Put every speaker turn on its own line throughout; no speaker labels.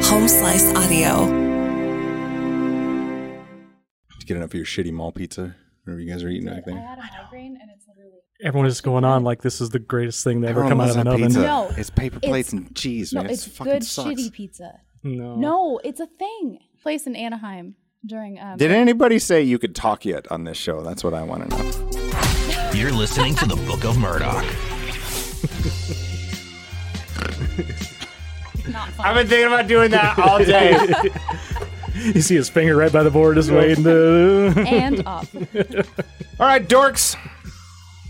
Slice Audio.
Get enough of your shitty mall pizza, whatever you guys are eating back
I
there.
had a migraine and it's literally.
Everyone is going on like this is the greatest thing that ever come out of an oven.
pizza.
No,
it's paper plates
it's-
and cheese,
No,
man.
it's
It's fucking
good
sucks.
shitty pizza.
No.
No, it's a thing. Place in Anaheim during. Um,
Did anybody say you could talk yet on this show? That's what I want to know.
You're listening to the Book of Murdoch.
I've been thinking about doing that all day.
You see his finger right by the board just waiting to
and up.
all right, dorks.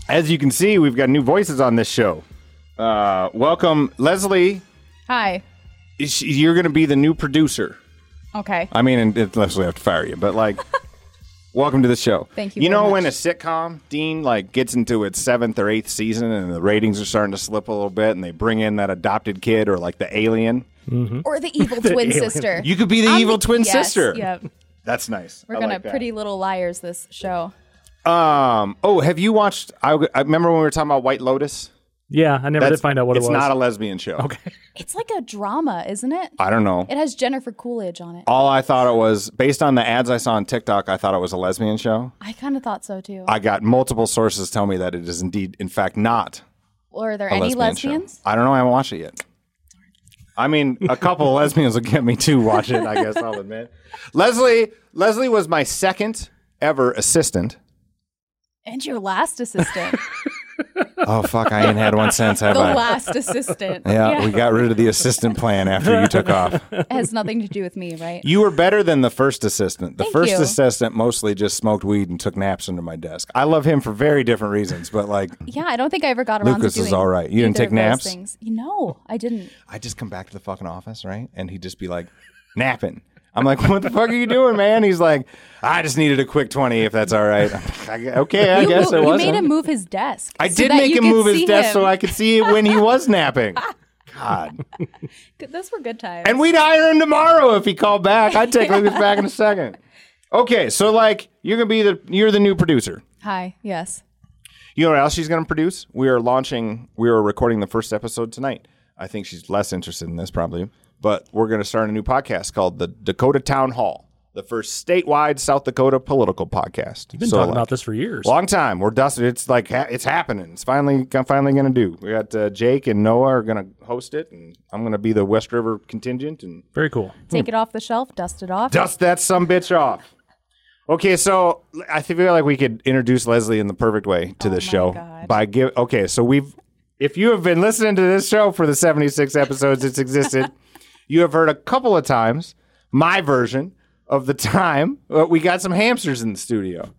As you can see, we've got new voices on this show. Uh, welcome, Leslie.
Hi.
Is- You're going to be the new producer.
Okay.
I mean, and it- unless we have to fire you, but like, welcome to the show.
Thank you
You
very
know
much.
when a sitcom, Dean, like gets into its seventh or eighth season, and the ratings are starting to slip a little bit, and they bring in that adopted kid or like the alien.
Or the evil twin sister.
You could be the
I'm
evil twin
yes,
sister.
Yep.
That's nice.
We're
I
gonna
like that.
Pretty Little Liars this show.
Um. Oh, have you watched? I, I remember when we were talking about White Lotus.
Yeah, I never did find out what it
it's
was.
not a lesbian show. Okay.
It's like a drama, isn't it?
I don't know.
It has Jennifer Coolidge on it.
All I thought it was based on the ads I saw on TikTok. I thought it was a lesbian show.
I kind of thought so too.
I got multiple sources tell me that it is indeed, in fact, not
or are there
a
any
lesbian show.
lesbians?
I don't know. I haven't watched it yet. I mean, a couple of lesbians will get me to watch it. I guess I'll admit. Leslie, Leslie was my second ever assistant.
And your last assistant,
Oh fuck! I ain't had one since, have
the
I?
last assistant.
Yeah, we got rid of the assistant plan after you took off.
It has nothing to do with me, right?
You were better than the first assistant. The
Thank
first
you.
assistant mostly just smoked weed and took naps under my desk. I love him for very different reasons, but like
Yeah, I don't think I ever got around
Lucas
to
is
doing.
all right. You didn't
either
take
of
naps?
those Things. No, I didn't.
I just come back to the fucking office, right? And he'd just be like napping. I'm like, what the fuck are you doing, man? He's like, I just needed a quick twenty, if that's all right. I gu- okay, I
you
guess
mo-
it
you
was.
made him move his desk.
I
so
did
that
make
you
him
could
move his
see
desk so
him.
I could see when he was napping. God.
Good- Those were good times.
And we'd hire him tomorrow if he called back. I'd take Lucas back in a second. Okay, so like you're gonna be the you're the new producer.
Hi. Yes.
You know what else she's going to produce? We are launching. We are recording the first episode tonight. I think she's less interested in this probably, but we're going to start a new podcast called the Dakota Town Hall, the first statewide South Dakota political podcast. uh,
I've been talking about this for years.
Long time. We're dusted. It's like ha- it's happening. It's finally I'm finally going to do. We got uh, Jake and Noah are going to host it, and I'm going to be the West River contingent and
Very cool.
Hmm.
Take it off the shelf. Dust it off.
dust that some bitch off. Okay, so I think feel like we could introduce Leslie in the perfect way to this
Oh my
show
God.
by give. Okay, so we've if you have been listening to this show for the seventy six episodes it's existed, you have heard a couple of times my version of the time uh, we got some hamsters in the studio,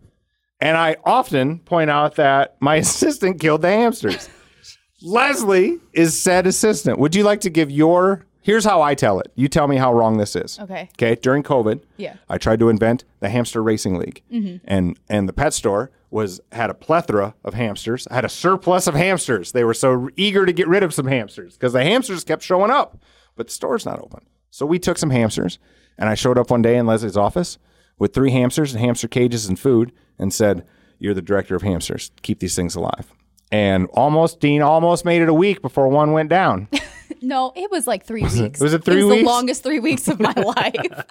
and I often point out that my assistant killed the hamsters. Leslie is said assistant. Would you like to give your? Here's how I tell it. You tell me how wrong this is.
Okay.
Okay, during COVID,
Yeah.
I tried to invent the hamster racing league, and and the pet store was had a plethora of hamsters. I had a surplus of hamsters. They were so eager to get rid of some hamsters because the hamsters kept showing up, but the store's not open. So we took some hamsters, and I showed up one day in Leslie's office with three hamsters and hamster cages and food, and said, "You're the director of hamsters. Keep these things alive." And almost Dean almost made it a week before one went down.
No, it was like three weeks.
was it three
was
weeks?
the longest three weeks of my life.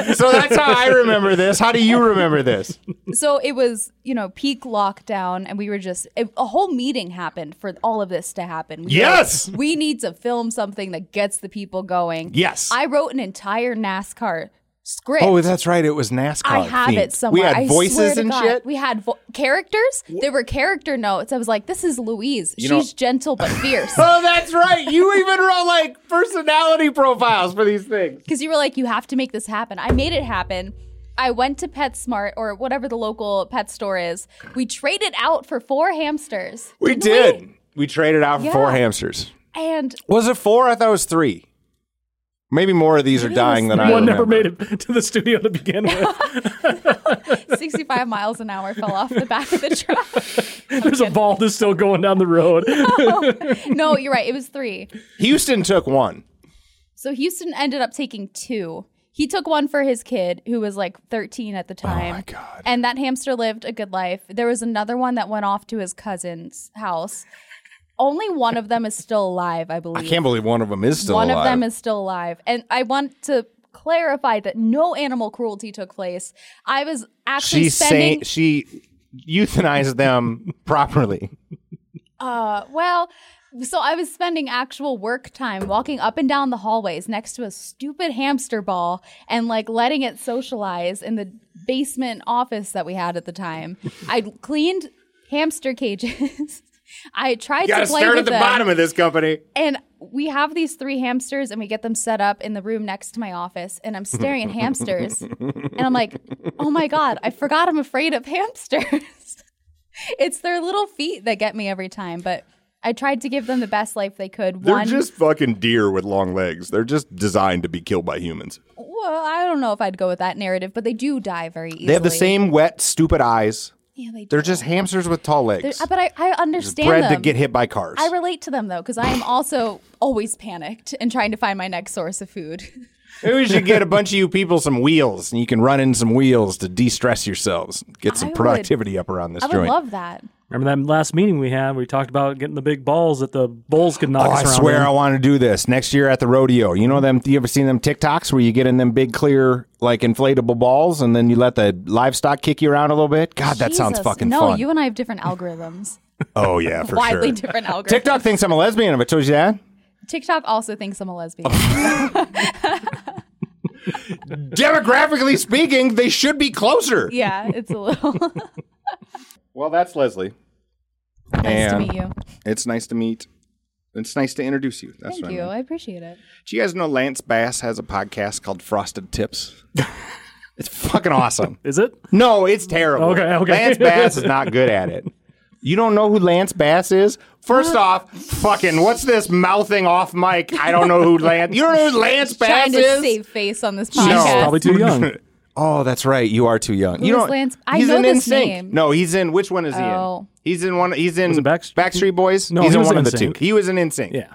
so that's how I remember this. How do you remember this?
so it was, you know, peak lockdown, and we were just it- a whole meeting happened for all of this to happen. We were like,
Yes!
we need to film something that gets the people going.
Yes.
I wrote an entire NASCAR script.
Oh, that's right. It was NASCAR.
I have it
themed.
somewhere.
We had
I swear
voices
to
and
God.
shit.
We had vo- characters. There were character notes. I was like, "This is Louise. She's
know-
gentle but fierce."
oh, that's right. You even wrote like personality profiles for these things.
Because you were like, "You have to make this happen." I made it happen. I went to PetSmart or whatever the local pet store is. We traded out for four hamsters,
We did. We, traded out for
Yeah.
four hamsters.
and
Was it four? I thought it was three. Maybe more of these are dying than I
One never
remember.
made it to the studio to begin with.
65 miles an hour fell off the back of the truck.
There's a ball that's still going down the road.
No, you're right. It was three.
Houston took one.
So Houston ended up taking two. He took one for his kid, who was like 13 at the time.
Oh, my God.
And that hamster lived a good life. There was another one that went off to his cousin's house. only one of them is still alive, I believe.
I can't believe one of them is still
one
alive.
of them is still alive. And I want to clarify that no animal cruelty took place. I was actually
She's saying
spending
she euthanized them properly.
uh well so I was spending actual work time walking up and down the hallways next to a stupid hamster ball and like letting it socialize in the basement office that we had at the time. I cleaned hamster cages. I tried
Got
to
to
play
start
with
at the
them.
bottom of this company.
And we have these three hamsters and we get them set up in the room next to my office. And I'm staring at hamsters. and I'm like, oh my God, I forgot I'm afraid of hamsters. it's their little feet that get me every time. But I tried to give them the best life they could.
They're
One,
just fucking deer with long legs. They're just designed to be killed by humans.
well, I don't know if I'd go with that narrative, but they do die very easily.
They have the same wet, stupid eyes.
Yeah, they do.
They're just hamsters with tall legs.
Uh, But I, I understand
bred
them.
to get hit by cars.
I relate to them though, because I am also always panicked and trying to find my next source of food.
Maybe we should get a bunch of you people some wheels, and you can run in some wheels to de-stress yourselves. Get
I
some
would-
productivity up around this
I would
joint.
love that.
Remember that last meeting we had? We talked about getting the big balls that the bulls could knock
Oh,
us
I
around.
swear
in.
I want to do this next year at the rodeo. You know them? You ever seen them TikToks where you get in them big clear like inflatable balls, and then you let the livestock kick you around a little bit? God, that sounds
Jesus.
fucking
no,
fun.
you and I have different algorithms.
oh yeah, for
Widely
sure.
different algorithms.
TikTok thinks I'm a lesbian. Have I told you that?
TikTok also thinks I'm a lesbian.
Demographically speaking, they should be closer.
yeah, it's a little
Well, that's Leslie.
nice to
And
meet you.
It's nice to meet. It's nice to introduce you. That's
Thank
what
you.
I mean.
I appreciate it.
Do you guys know Lance Bass has a podcast called Frosted Tips? it's fucking awesome.
Is it?
No, it's terrible.
Okay, okay.
Lance Bass is not good at it. You don't know who Lance Bass is? First off, fucking what's this mouthing off mic? I don't know who Lance. You don't know who Lance Bass
Trying to
is?
save face on this podcast.
Probably too young.
Oh, that's right. You are too young. you
is
don't.
Lance- I
he's
know
in
this
NSYNC.
name.
No, he's in. Which one is
Oh.
he in? He's in one. He's in
it Backst-
Backstreet Boys.
No,
he's
he
in
was
one
in
of the two.
NSYNC.
He was an NSYNC.
Yeah.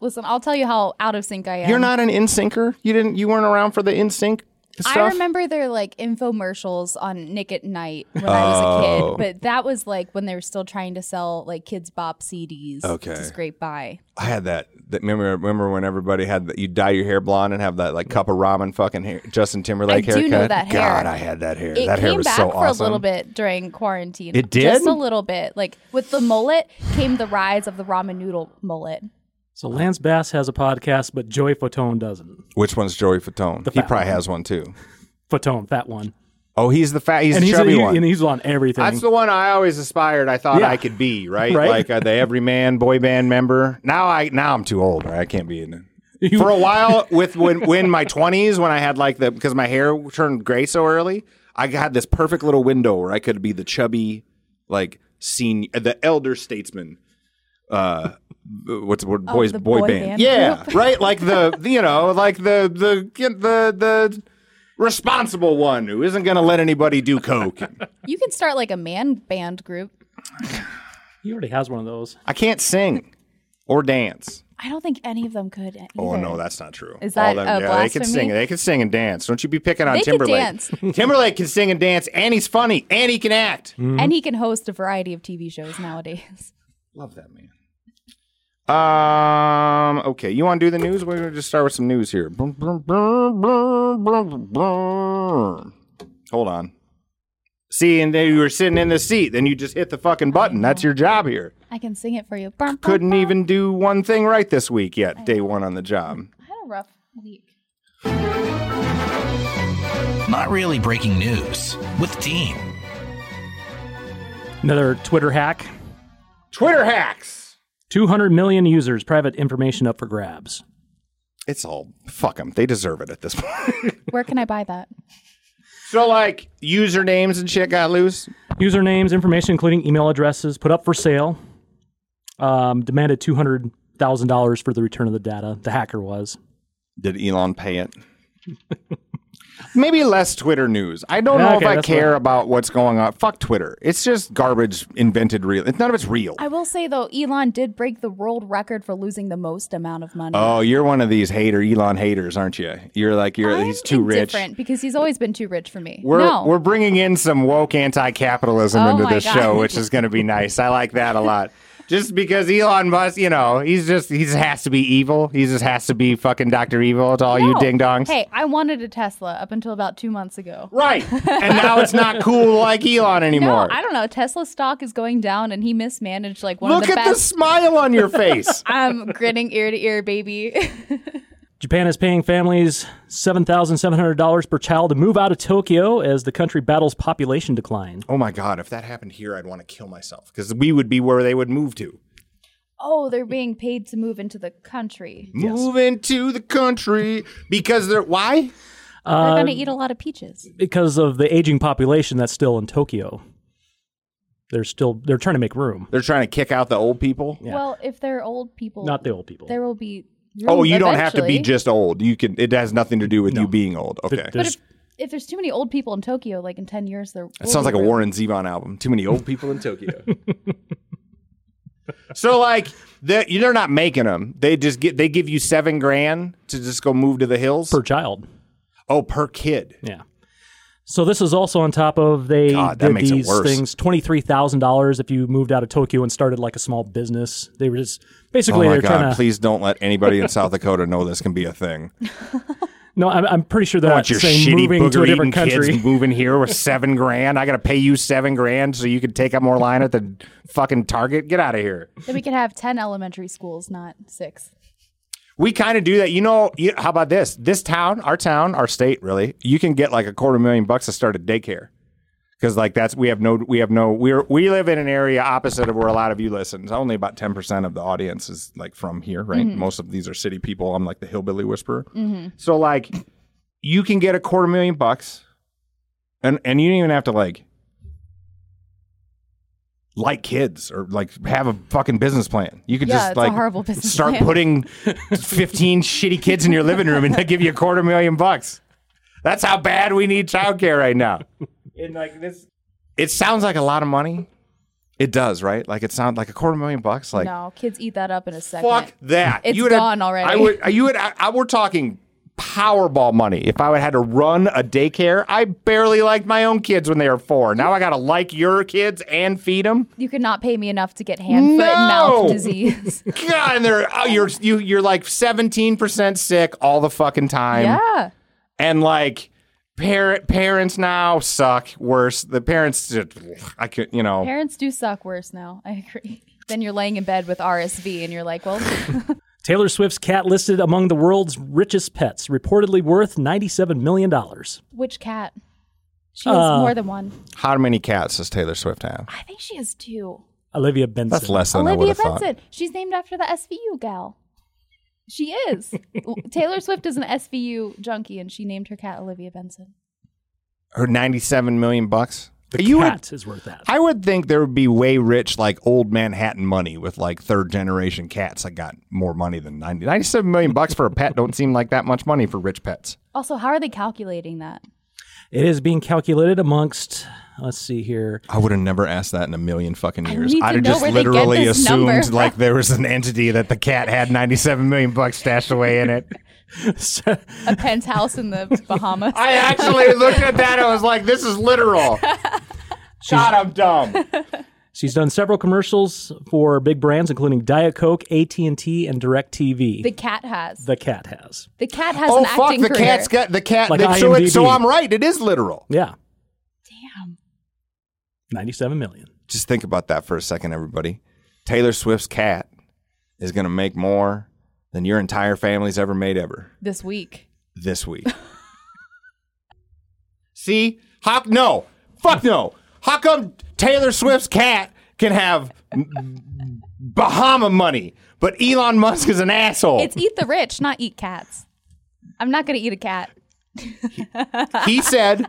Listen, I'll tell you how out of sync I am.
You're not an NSYNCer. You didn't. You weren't around for the NSYNC stuff.
I remember their like infomercials on Nick at Night when I was
Oh.
a kid, but that was like when they were still trying to sell like kids bop CDs
Okay.
to scrape by.
I had that. that remember, remember when everybody had that? You dye your hair blonde and have that like cup of ramen fucking hair, Justin Timberlake
I do
haircut.
know that hair.
God, I had that hair.
It
that
came
hair was
back
so
for
awesome.
a little bit during quarantine.
It
Just
did?
a little bit. Like with the mullet came the rise of the ramen noodle mullet.
So Lance Bass has a podcast, but Joey Fatone doesn't.
Which one's Joey Fatone? he
fat
probably has one too.
Fatone, that one.
Oh, he's the fat. He's
And
the
he's,
chubby
he-
one.
and he's on everything.
That's the one I always aspired. I thought
Yeah.
I could be right,
Right?
like uh, the everyman boy band member. Now I now I'm too old. Right? I can't be in it. For a while, with when when my twenties, when I had like the because my hair turned gray so early, I had this perfect little window where I could be the chubby, like senior, the elder statesman. Uh, what's Oh, the word? Boys
the
boy,
boy
band?
band
Yeah, right. Like the you know, like the the the the responsible one who isn't going to let anybody do coke.
You can start like a man band group.
he already has one of those.
I can't sing or dance.
I don't think any of them could.
Oh
either.
no, that's not true.
Is that a
they can
blasphemy?
sing. They can sing and dance. Don't you be picking on
They can
Timberlake.
dance.
Timberlake can sing and dance, and he's funny, and he can act.
And he can host a variety of TV shows nowadays.
Love that man. Um. Okay, you want to do the news? We're gonna just start with some news here. Brum, brum, brum, brum, brum, brum. Hold on. See, and then you were sitting in the seat, then you just hit the fucking button. That's your job here.
I can sing it for you. Bum, bum,
Couldn't
bum.
even do one thing right this week yet. Day one on the job.
I had a rough week.
Not really breaking news with Dean.
Another Twitter hack.
Twitter hacks.
200 million users, private information up for grabs.
it's all fuck them. They deserve it at this point.
Where can I buy that?
so like usernames and shit got loose.
Usernames, information, including email addresses, put up for sale. Um, demanded $200,000 for the return of the data. The hacker was.
Did Elon pay it? Maybe less Twitter news. I don't
Yeah,
know
okay,
if I
that's
care about what's going on. Fuck Twitter. It's just garbage invented real. It's none of it's real.
I will say though, Elon did break the world record for losing the most amount of money.
oh, you're one of these hater Elon haters, aren't you? You're like you're
I'm
he's too rich.
indifferent because he's always been too rich for me.
We're
no,
we're bringing in some woke anti-capitalism
Oh
into
my
this
God.
show, which is going to be nice. I like that a lot. just because Elon Musk, you know, he's just he just has to be evil. He just has to be fucking Doctor Evil to all you
No.
ding dongs.
Hey, I wanted a Tesla up until about two months ago.
Right. And now it's not cool like Elon anymore.
No, I don't know. Tesla stock is going down, and he mismanaged like one
Look
of the
at the
best.
smile on your face.
I'm grinning ear to ear, baby.
Japan is paying families $7,700 per child to move out of Tokyo as the country battles population decline.
oh my god, if that happened here, I'd want to kill myself because we would be where they would move to.
oh, they're being paid to move into the country.
Move into the country because they're why?
they're
Uh,
going to eat a lot of peaches.
because of the aging population that's still in Tokyo. They're still they're trying to make room,
They're trying to kick out the old people.
Well, if they're old people,
not the old people.
There will be.
Oh,
room
you don't have to be
eventually.
just old. You can. It has nothing to do with you being old. Okay.
There-
But
there's-
if, if there's too many old people in Tokyo, like in ten years, there.
That sounds like a Warren Zevon album. Too many old people in Tokyo. so like they're, they're not making them. They just get they give you seven grand to just go move to the hills.
per child.
oh, per kid.
Yeah. So this is also on top of they
God, that
did
makes it
these
worse.
things twenty three thousand dollars if you moved out of Tokyo and started like a small business. They were just basically
oh my
they're
god!
trying to
Please don't let anybody in South Dakota know this can be a thing.
no. I'm, I'm pretty sure they're
I
not
want your
saying
shitty
moving to a
booger eating
different country.
kids moving here with seven grand. I got to pay you seven grand so you can take up more line at the fucking Target. Get out of here.
Then we could have ten elementary schools, not six.
We kind of do that. You know, you, how about this? This town, our town, our state, really, you can get like a quarter million bucks to start a daycare. Because like that's we have no we have no we're we live in an area opposite of where a lot of you listen. It's only about ten percent of the audience is like from here, right?
Mm-hmm.
Most of these are city people. I'm like the hillbilly whisperer. So like, you can get a quarter million bucks, and and you don't even have to like like kids or like have a fucking business plan. You could
Yeah,
just
it's a
like
horrible business
start
plan.
putting 15 shitty kids in your living room and they'll give you a quarter million bucks. That's how bad we need childcare right now. And like this it sounds like a lot of money. It does, right? Like it sounds like a quarter million bucks like
no, kids eat that up in a second.
fuck that.
It's
would have-
gone already.
I would you would I, I we're talking Powerball money. If I would had to run a daycare, I barely liked my own kids when they were four. Now I gotta like your kids and feed them.
You could not pay me enough to get hand, foot, and
No!
mouth disease.
God, and they're oh, you're you you're like seventeen percent sick all the fucking time.
yeah.
and like parent parents now suck worse. The parents, just- I could you know.
Parents do suck worse now. I agree. Then you're laying in bed with RSV and you're like, well,
Taylor Swift's cat listed among the world's richest pets, reportedly worth ninety-seven million dollars.
which cat? She has
Uh,
more than one.
How many cats does Taylor Swift have?
I think she has two.
Olivia Benson.
That's less than I would
Olivia
have
Benson.
thought.
She's named after the SVU gal. She is. Taylor Swift is an SVU junkie and she named her cat Olivia Benson.
Her ninety-seven million bucks.
The
you would,
cat is worth that.
I would think there would be way rich, like old Manhattan money with like third generation cats that got more money than 90. 97 million bucks for a pet don't seem like that much money for rich pets.
Also, how are they calculating that?
It is being calculated amongst. Let's see here.
I would have never asked that in a million fucking years.
need
I'd
to
have
know
just
where they get
literally
this
assumed
number.
like there was an entity that the cat had 97 million bucks stashed away in it.
A penthouse in the Bahamas.
I actually looked at that and was like, this is literal. God, I'm dumb.
She's done several commercials for big brands, including Diet Coke, AT and T, and DirecTV.
the cat has. The,
the cat has.
cat has
oh
an
fuck,
acting
the
career.
cat's got the cat.
Like
they- so, it, so
IMDb.
I'm right. It is literal.
Yeah,
Damn.
ninety-seven million.
Just think about that for a second, everybody. Taylor Swift's cat is going to make more than your entire family's ever made ever
This week.
this week. See, how no, fuck no. How come Taylor Swift's cat can have m- Bahama money, but Elon Musk is an asshole?
It's eat the rich, not eat cats. I'm not going to eat a cat.
he said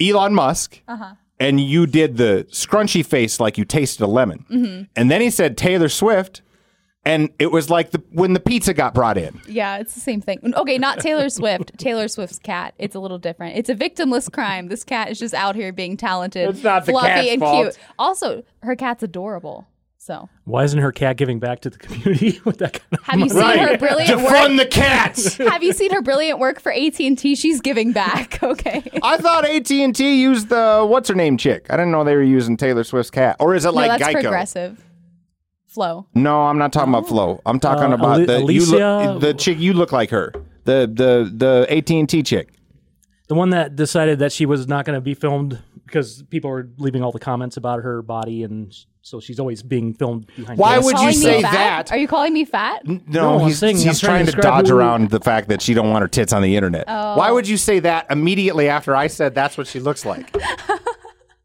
Elon Musk,
Uh-huh.
and you did the scrunchy face like you tasted a lemon.
Mm-hmm.
And then he said Taylor Swift, and it was like the, when the pizza got brought in.
Yeah, it's the same thing. Okay, not Taylor Swift. Taylor Swift's cat. It's a little different. It's a victimless crime. This cat is just out here being talented,
It's not the
fluffy
cat's
and
fault.
cute. Also, her cat's adorable. So,
Why isn't her cat giving back to the community with that kind of?
have you seen her brilliant
Defund
work?
the cats.
have you seen her brilliant work for AT and T? She's giving back. Okay,
I thought AT and T used the what's her name chick. I didn't know they were using Taylor Swift's cat, or is it
no,
like
that's
Geico?
progressive. Flo.
No, I'm not talking about Flo. I'm talking
Uh,
about
Ali-
the you
Alicia-
look, the chick you look like her. The the the AT&T chick.
The one that decided that she was not going to be filmed because people were leaving all the comments about her body, and sh- so she's always being filmed behind.
Why
glass.
would you
Calling me
say
fat?
that? Mm.
Are you calling me fat?
No,
No, I'm
he's,
saying-
he's
I'm
trying,
trying
to,
to describe
dodge
who-
around the fact that she don't want her tits on the internet.
Oh.
Why would you say that immediately after I said that's what she looks like?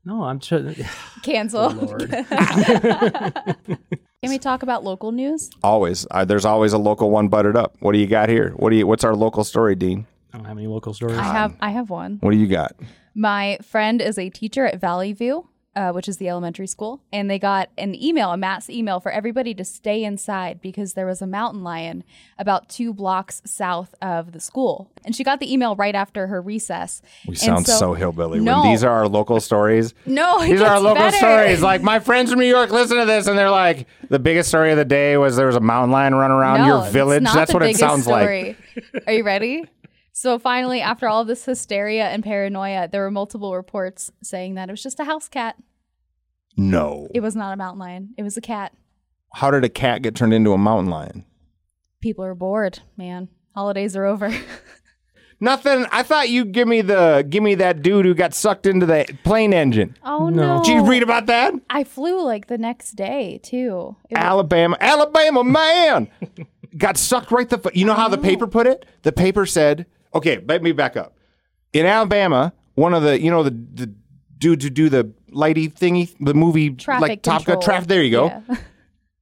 No, I'm. Tr-
Oh,
Cancel. Can we talk about local news?
always, uh, there's always a local one butted up. What do you got here? What do you? What's our local story, Dean?
I don't have any local stories.
Um,
I have I have one.
What do you got?
My friend is a teacher at Valley View, uh, which is the elementary school, and they got an email, a mass email for everybody to stay inside because there was a mountain lion about two blocks south of the school. And she got the email right after her recess.
We sound so, hillbilly.
No.
When these are our local stories.
No, it
These are our
gets
local
better.
stories. Like my friends from New York listen to this and they're like, the biggest story of the day was there was a mountain lion running around
no,
your village.
It's not
That's
the
what it
biggest
sounds like.
story. Are you ready? So finally, after all this hysteria and paranoia, there were multiple reports saying that it was just a house cat.
No.
It was not a mountain lion. It was a cat.
How did a cat get turned into a mountain lion?
People are bored, man. Holidays are over.
Nothing. I thought you'd give me the give me that dude who got sucked into the plane engine.
Oh no.
No.
Did you read about that?
I flew like the next day too. It
Ah,
was-
Alabama, Alabama man got sucked right the. Fu- you know how the paper put it? The paper said, "Okay, let me back up." In Alabama, one of the you know the the dudes who do the lighty thingy, the movie
traffic
like Top Gun
control.
traffic. There you go.
Yeah.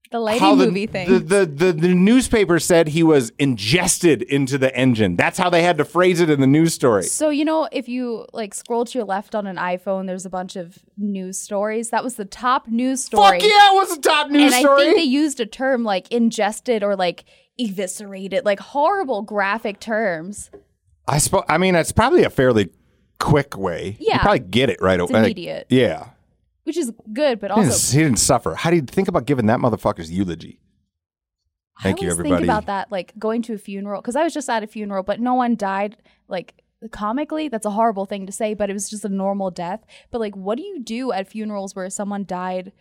the lady
How the,
movie thing.
The, the, the, the newspaper said he was ingested into the engine. That's how they had to phrase it in the news story.
so you know, if you like scroll to your left on an iPhone, there's a bunch of news stories. That was the top news story.
Fuck yeah, it was the top news
and
story.
I think they used a term like ingested or like eviscerated, like horrible graphic terms.
I suppose. I mean, it's probably a fairly quick way. you
Yeah.
probably get it right away.
immediate.
Yeah,
Which is good, but
he
also
didn't, he didn't suffer. How do you think about giving that motherfucker's eulogy? Thank
I
you,
always
everybody.
Think about that, like going to a funeral, because I was just at a funeral, but no one died. Like comically, that's a horrible thing to say, but it was just a normal death. But like, what do you do at funerals where someone died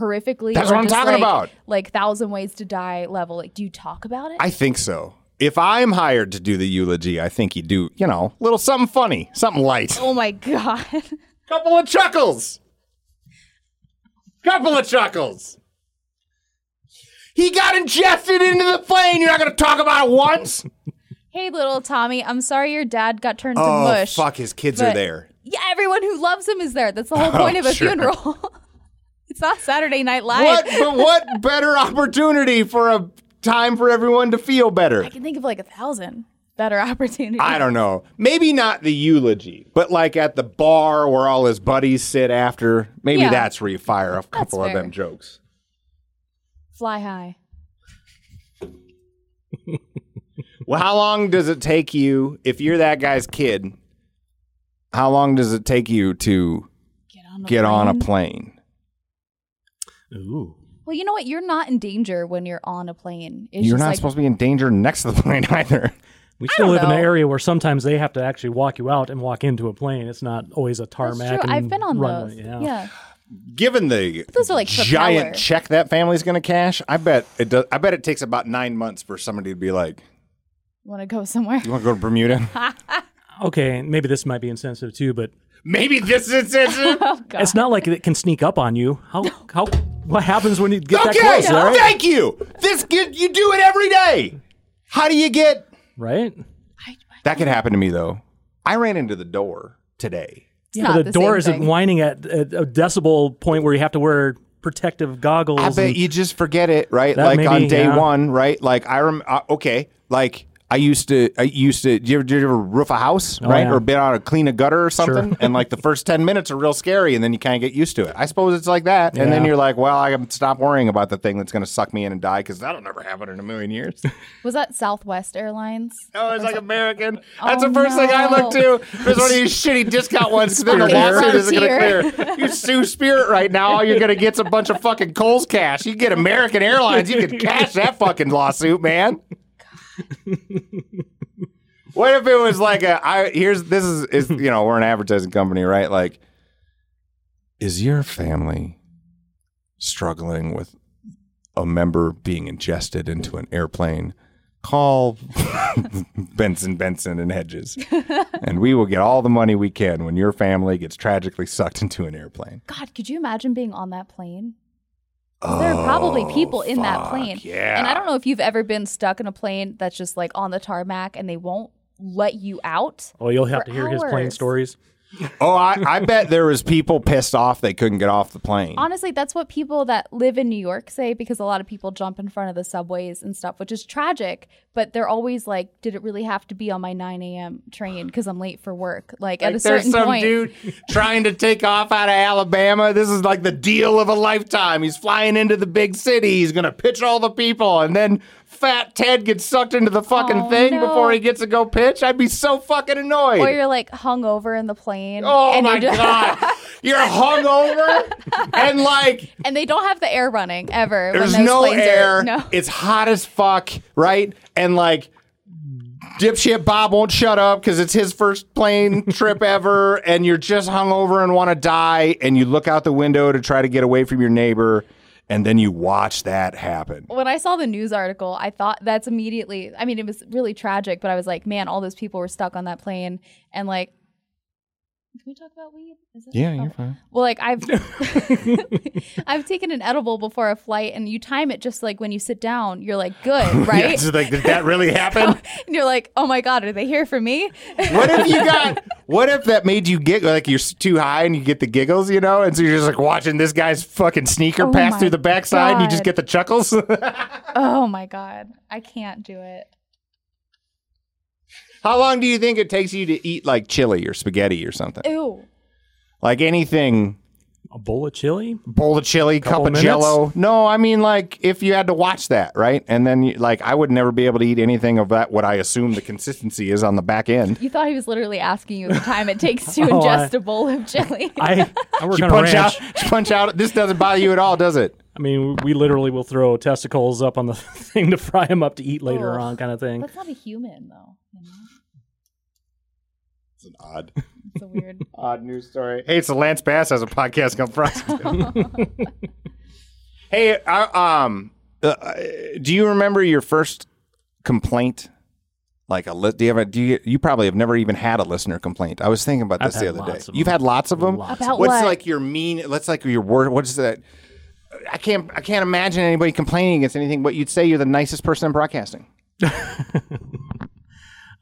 horrifically?
That's
or
what I'm
just,
talking
like-
about.
Like thousand ways to die level. Like, do you talk about it?
I think so. If I'm hired to do the eulogy, I think you do. You know, little something funny, something light,
oh my god,
couple of chuckles, couple of chuckles. He got ingested into the plane. You're not going to talk about it once.
hey little Tommy, I'm sorry your dad got turned
oh
to mush.
fuck, his kids are
But-
there.
Yeah, everyone who loves him is there. That's the whole point of a
Oh, sure.
funeral. it's not Saturday Night Live.
What? But what better opportunity for a time for everyone to feel better?
I can think of like a thousand better opportunities.
I don't know. Maybe not the eulogy, but like at the bar where all his buddies sit after. Maybe
Yeah.
that's where you fire a couple of
fair.
them jokes.
Fly high.
Well, how long does it take you if you're that guy's kid? How long does it take you to
Get on.
get on a plane?
Ooh.
Well, you know what? You're not in danger when you're on a plane. It's
You're
just
not
like,
supposed to be in danger next to the plane either.
We still
don't
live in
know.
an area where sometimes they have to actually walk you out and walk into a plane. It's not always a tarmac.
That's true.
and
I've been on
runway.
those.
Yeah.
Yeah.
Given the
Those are like
giant
propeller.
check that family's going to cash, I bet it does. I bet it takes about nine months for somebody to be like,
Want to go somewhere?
"You want to go to Bermuda?"
Okay, and maybe this might be insensitive too, but
Maybe this is it.
it's not like it can sneak up on you. How how what happens when you get
okay,
that close? all Right?
thank you. This get, you do it every day. How do you get?
right?
That could happen to me though. I ran into the door today.
It's
But
not
the,
the
door
same
isn't
thing.
whining at, at a decibel point where you have to wear protective goggles.
I bet
and-
you just forget it, right?
That
Like
maybe,
on day
yeah.
one, right? Like I rem. Uh, okay, like. I used to, I used to. Did you ever, did you ever roof a house, right,
Oh, yeah.
or been on a clean a gutter or something? And like the first ten minutes are real scary, and then you kind of get used to it. I suppose it's like that, and then
Yeah.
you're like, well, I can stop worrying about the thing that's going to suck me in and die because that'll never happen in a million years.
Was that Southwest Airlines?
Oh, it's like American. That's
Oh,
the first thing I
no.
look to. There's one of these shitty discount ones. 'cause Then the
Spirit.
lawsuit isn't going
Frontier.
to clear. You sue Spirit right now. All you're going to get's a bunch of fucking Coles cash. You get American Airlines. You can cash that fucking lawsuit, man. What if it was like a? I here's this is is you know we're an advertising company, right? Like, is your family struggling with a member being ingested into an airplane, call Benson, Benson, and Hedges, and we will get all the money we can when your family gets tragically sucked into an airplane.
God, could you imagine being on that plane? 'Cause there are probably people in that plane.
Oh, yeah.
And I don't know if you've ever been stuck in a plane that's just like on the tarmac and they won't let you out.
Oh, you'll have
For
to hear his plane
hours.
stories.
Oh, I, I bet there was people pissed off they couldn't get off the plane.
Honestly, that's what people that live in New York say because a lot of people jump in front of the subways and stuff, which is tragic. But they're always like, "Did it really have to be on my 9 a.m. train? Because I'm late for work." Like, at a
Like,
certain
there's some
point,
dude trying to take off out of Alabama. This is like the deal of a lifetime. He's flying into the big city. He's gonna pitch all the people, and then Fat Ted gets sucked into the fucking
Oh,
thing
no.
before he gets to go pitch. I'd be so fucking annoyed.
or you're like hungover in the plane.
oh
and
my
you're just-
god, you're hungover and like
And they don't have the air running ever. when
There's
those
no
planes are-
air.
no.
It's hot as fuck, right? And like, dipshit Bob won't shut up because it's his first plane trip ever, and you're just hungover and want to die, and you look out the window to try to get away from your neighbor, and then you watch that happen.
when I saw the news article, I thought that's immediately. I mean, it was really tragic, but I was like, man, all those people were stuck on that plane, and like, can we talk about weed? Is that
Yeah, you're fine.
Well, like I've I've taken an edible before a flight, and you time it just like when you sit down, you're like, good, right?
Yeah, so like, did that really happen?
And you're like, oh my god, are they here for me?
what if you got? What if that made you giggle? Like you're s- too high and you get the giggles, you know? And so you're just like watching this guy's fucking sneaker
Oh
pass
my
through the backside, and you just
God.
get the chuckles.
oh my god, I can't do it.
How long do you think it takes you to eat like chili or spaghetti or something?
Ew.
Like anything,
A bowl of chili?
bowl of chili,
Couple
cup of
minutes?
jello. No, I mean like if you had to watch that, right? And then you, like I would never be able to eat anything of that what I assume the consistency is on the back end.
You thought he was literally asking you the time it takes to
Oh, I-
ingest a bowl of jelly.
I, I work
You
on a
punch out,
ranch.
you punch out. This doesn't bother you at all, does it?
I mean, we literally will throw testicles up on the thing to fry them up to eat later
Ugh.
on, kind of thing.
That's not a human though. you know?
It's an odd,
It's a weird.
odd news story. Hey, it's the Lance Bass has a podcast called Frosted. hey, I, um, uh, do you remember your first complaint? Like a li- do you have a do you you probably have never even had a listener complaint. I was thinking about
I've
this the
had
other day.
lots of
You've
them.
had lots of them.
Lots
of About them.
what's
what?
like your mean? Let's like your word. What's that? I can't I can't imagine anybody complaining against anything. But you'd say you're the nicest person in broadcasting.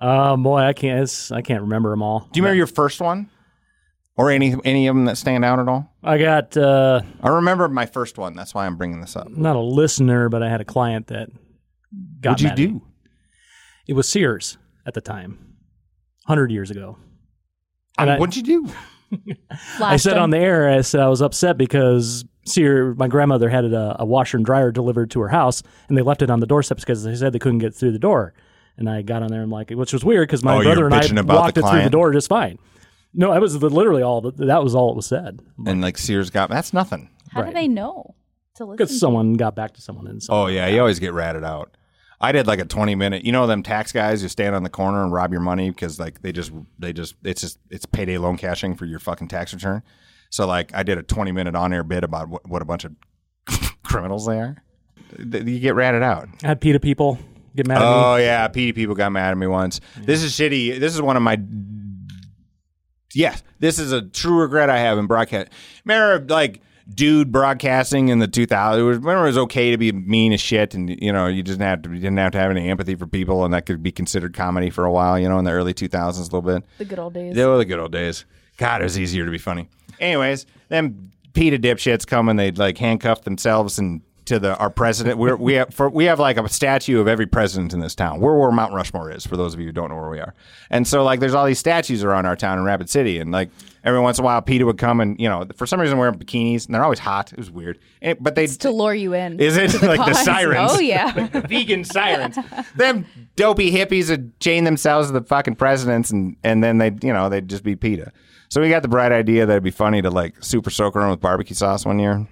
Oh boy, I can't. It's, I can't remember them all.
Do you remember your first one, or any any of them that stand out at all?
I got uh,
I remember my first one. That's why I'm bringing this up.
not a listener, but I had a client that got.
What'd you
mad at me.
do?
It was Sears at the time, hundred years ago.
I
And
mean,
I-
what'd you do?
I said on the air, I said I was upset because Sears, my grandmother had a, a washer and dryer delivered to her house, and they left it on the doorstep because they said they couldn't get through the door. And I got on there and like, which was weird because my
Oh, you're
brother and I
bitching about
walked
the
it through the
client?
door just fine. No, that was the- literally all. That, that was all it was said.
And like Sears got that's nothing.
How do
Right.
they know to listen?
Because someone got back to someone and said,
Oh yeah, you always get ratted out. I did like a twenty minute. You know them tax guys who stand on the corner and rob your money because like they just they just it's just it's payday loan cashing for your fucking tax return. So like I did a twenty minute on air bit about what, what a bunch of criminals they are. Th- You get ratted out.
I had PETA people get mad at me.
Oh yeah, PD people got mad at me once. This is shitty. This is one of my. Yes, this is a true regret I have in broadcast. Remember, like dude broadcasting in the 2000s. It was- Remember, it was okay to be mean as shit, and you know you didn't have to you didn't have to have any empathy for people, and that could be considered comedy for a while. You know, in the early 2000s, a little bit.
the good old days.
They were the good old days. God, it was easier to be funny. Anyways, them PETA dipshits come and they like handcuff themselves and to the our president. We're, we have for, we have like a statue of every president in this town. We're where Mount Rushmore is. For those of you who don't know where we are, and so like there's all these statues around our town in Rapid City, and like every once in a while PETA would come and you know for some reason wearing bikinis and they're always hot. It was weird, And- but they
to lure you in.
is it
to the
like the
cause.
sirens?
Oh yeah.
Like the vegan sirens. Them dopey hippies would chain themselves to the fucking presidents, and and then they, you know, they'd just be PETA. So we got the bright idea that it'd be funny to like super soak around with barbecue sauce one year.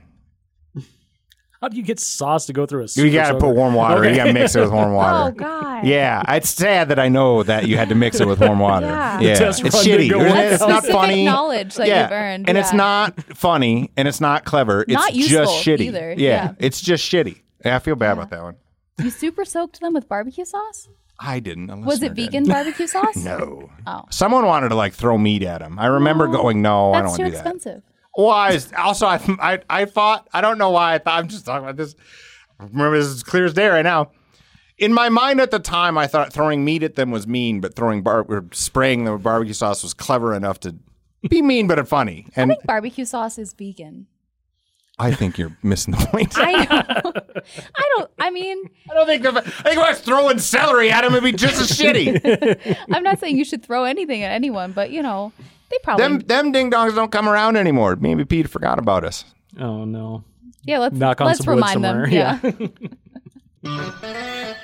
How do you get sauce to go through a?
You got to
super
put
soaker?
warm water. You
Okay.
got to mix it with warm
oh
water.
god.
Yeah, it's sad that I know that you had to mix it with warm water.
Yeah.
Yeah,
The
test
it's
run didn't
shitty.
go
Isn't
well.
it? It's not
Specific
funny.
knowledge that you've earned,
and it's
yeah.
not funny, and it's not clever. It's
Not
just
useful
shitty.
either,
Yeah.
yeah.
it's just shitty. Yeah, I feel bad about that one.
You super soaked them with barbecue sauce?
I didn't. a
Was
listener
it
did.
vegan barbecue sauce?
No.
Oh.
Someone wanted to like throw meat at him. I remember going, no, I don't
That's
want
too
to do that.
expensive.
Well, I was, also I, I I thought I don't know why I thought I'm just talking about this. I remember this is clear as day right now. In my mind at the time, I thought throwing meat at them was mean, but throwing bar or spraying them with barbecue sauce was clever enough to be mean but funny. And I think,
Barbecue sauce is vegan.
you're missing the point. I,
I I don't I mean,
don't think the, I think if I was throwing celery at them, it'd be just as shitty.
I'm not saying you should throw anything at anyone, but you know, they probably
them them ding dongs don't come around anymore. Maybe Pete forgot about us.
Oh no.
Yeah, let's
Knock on
let's
some wood
remind them.
somewhere,
Yeah.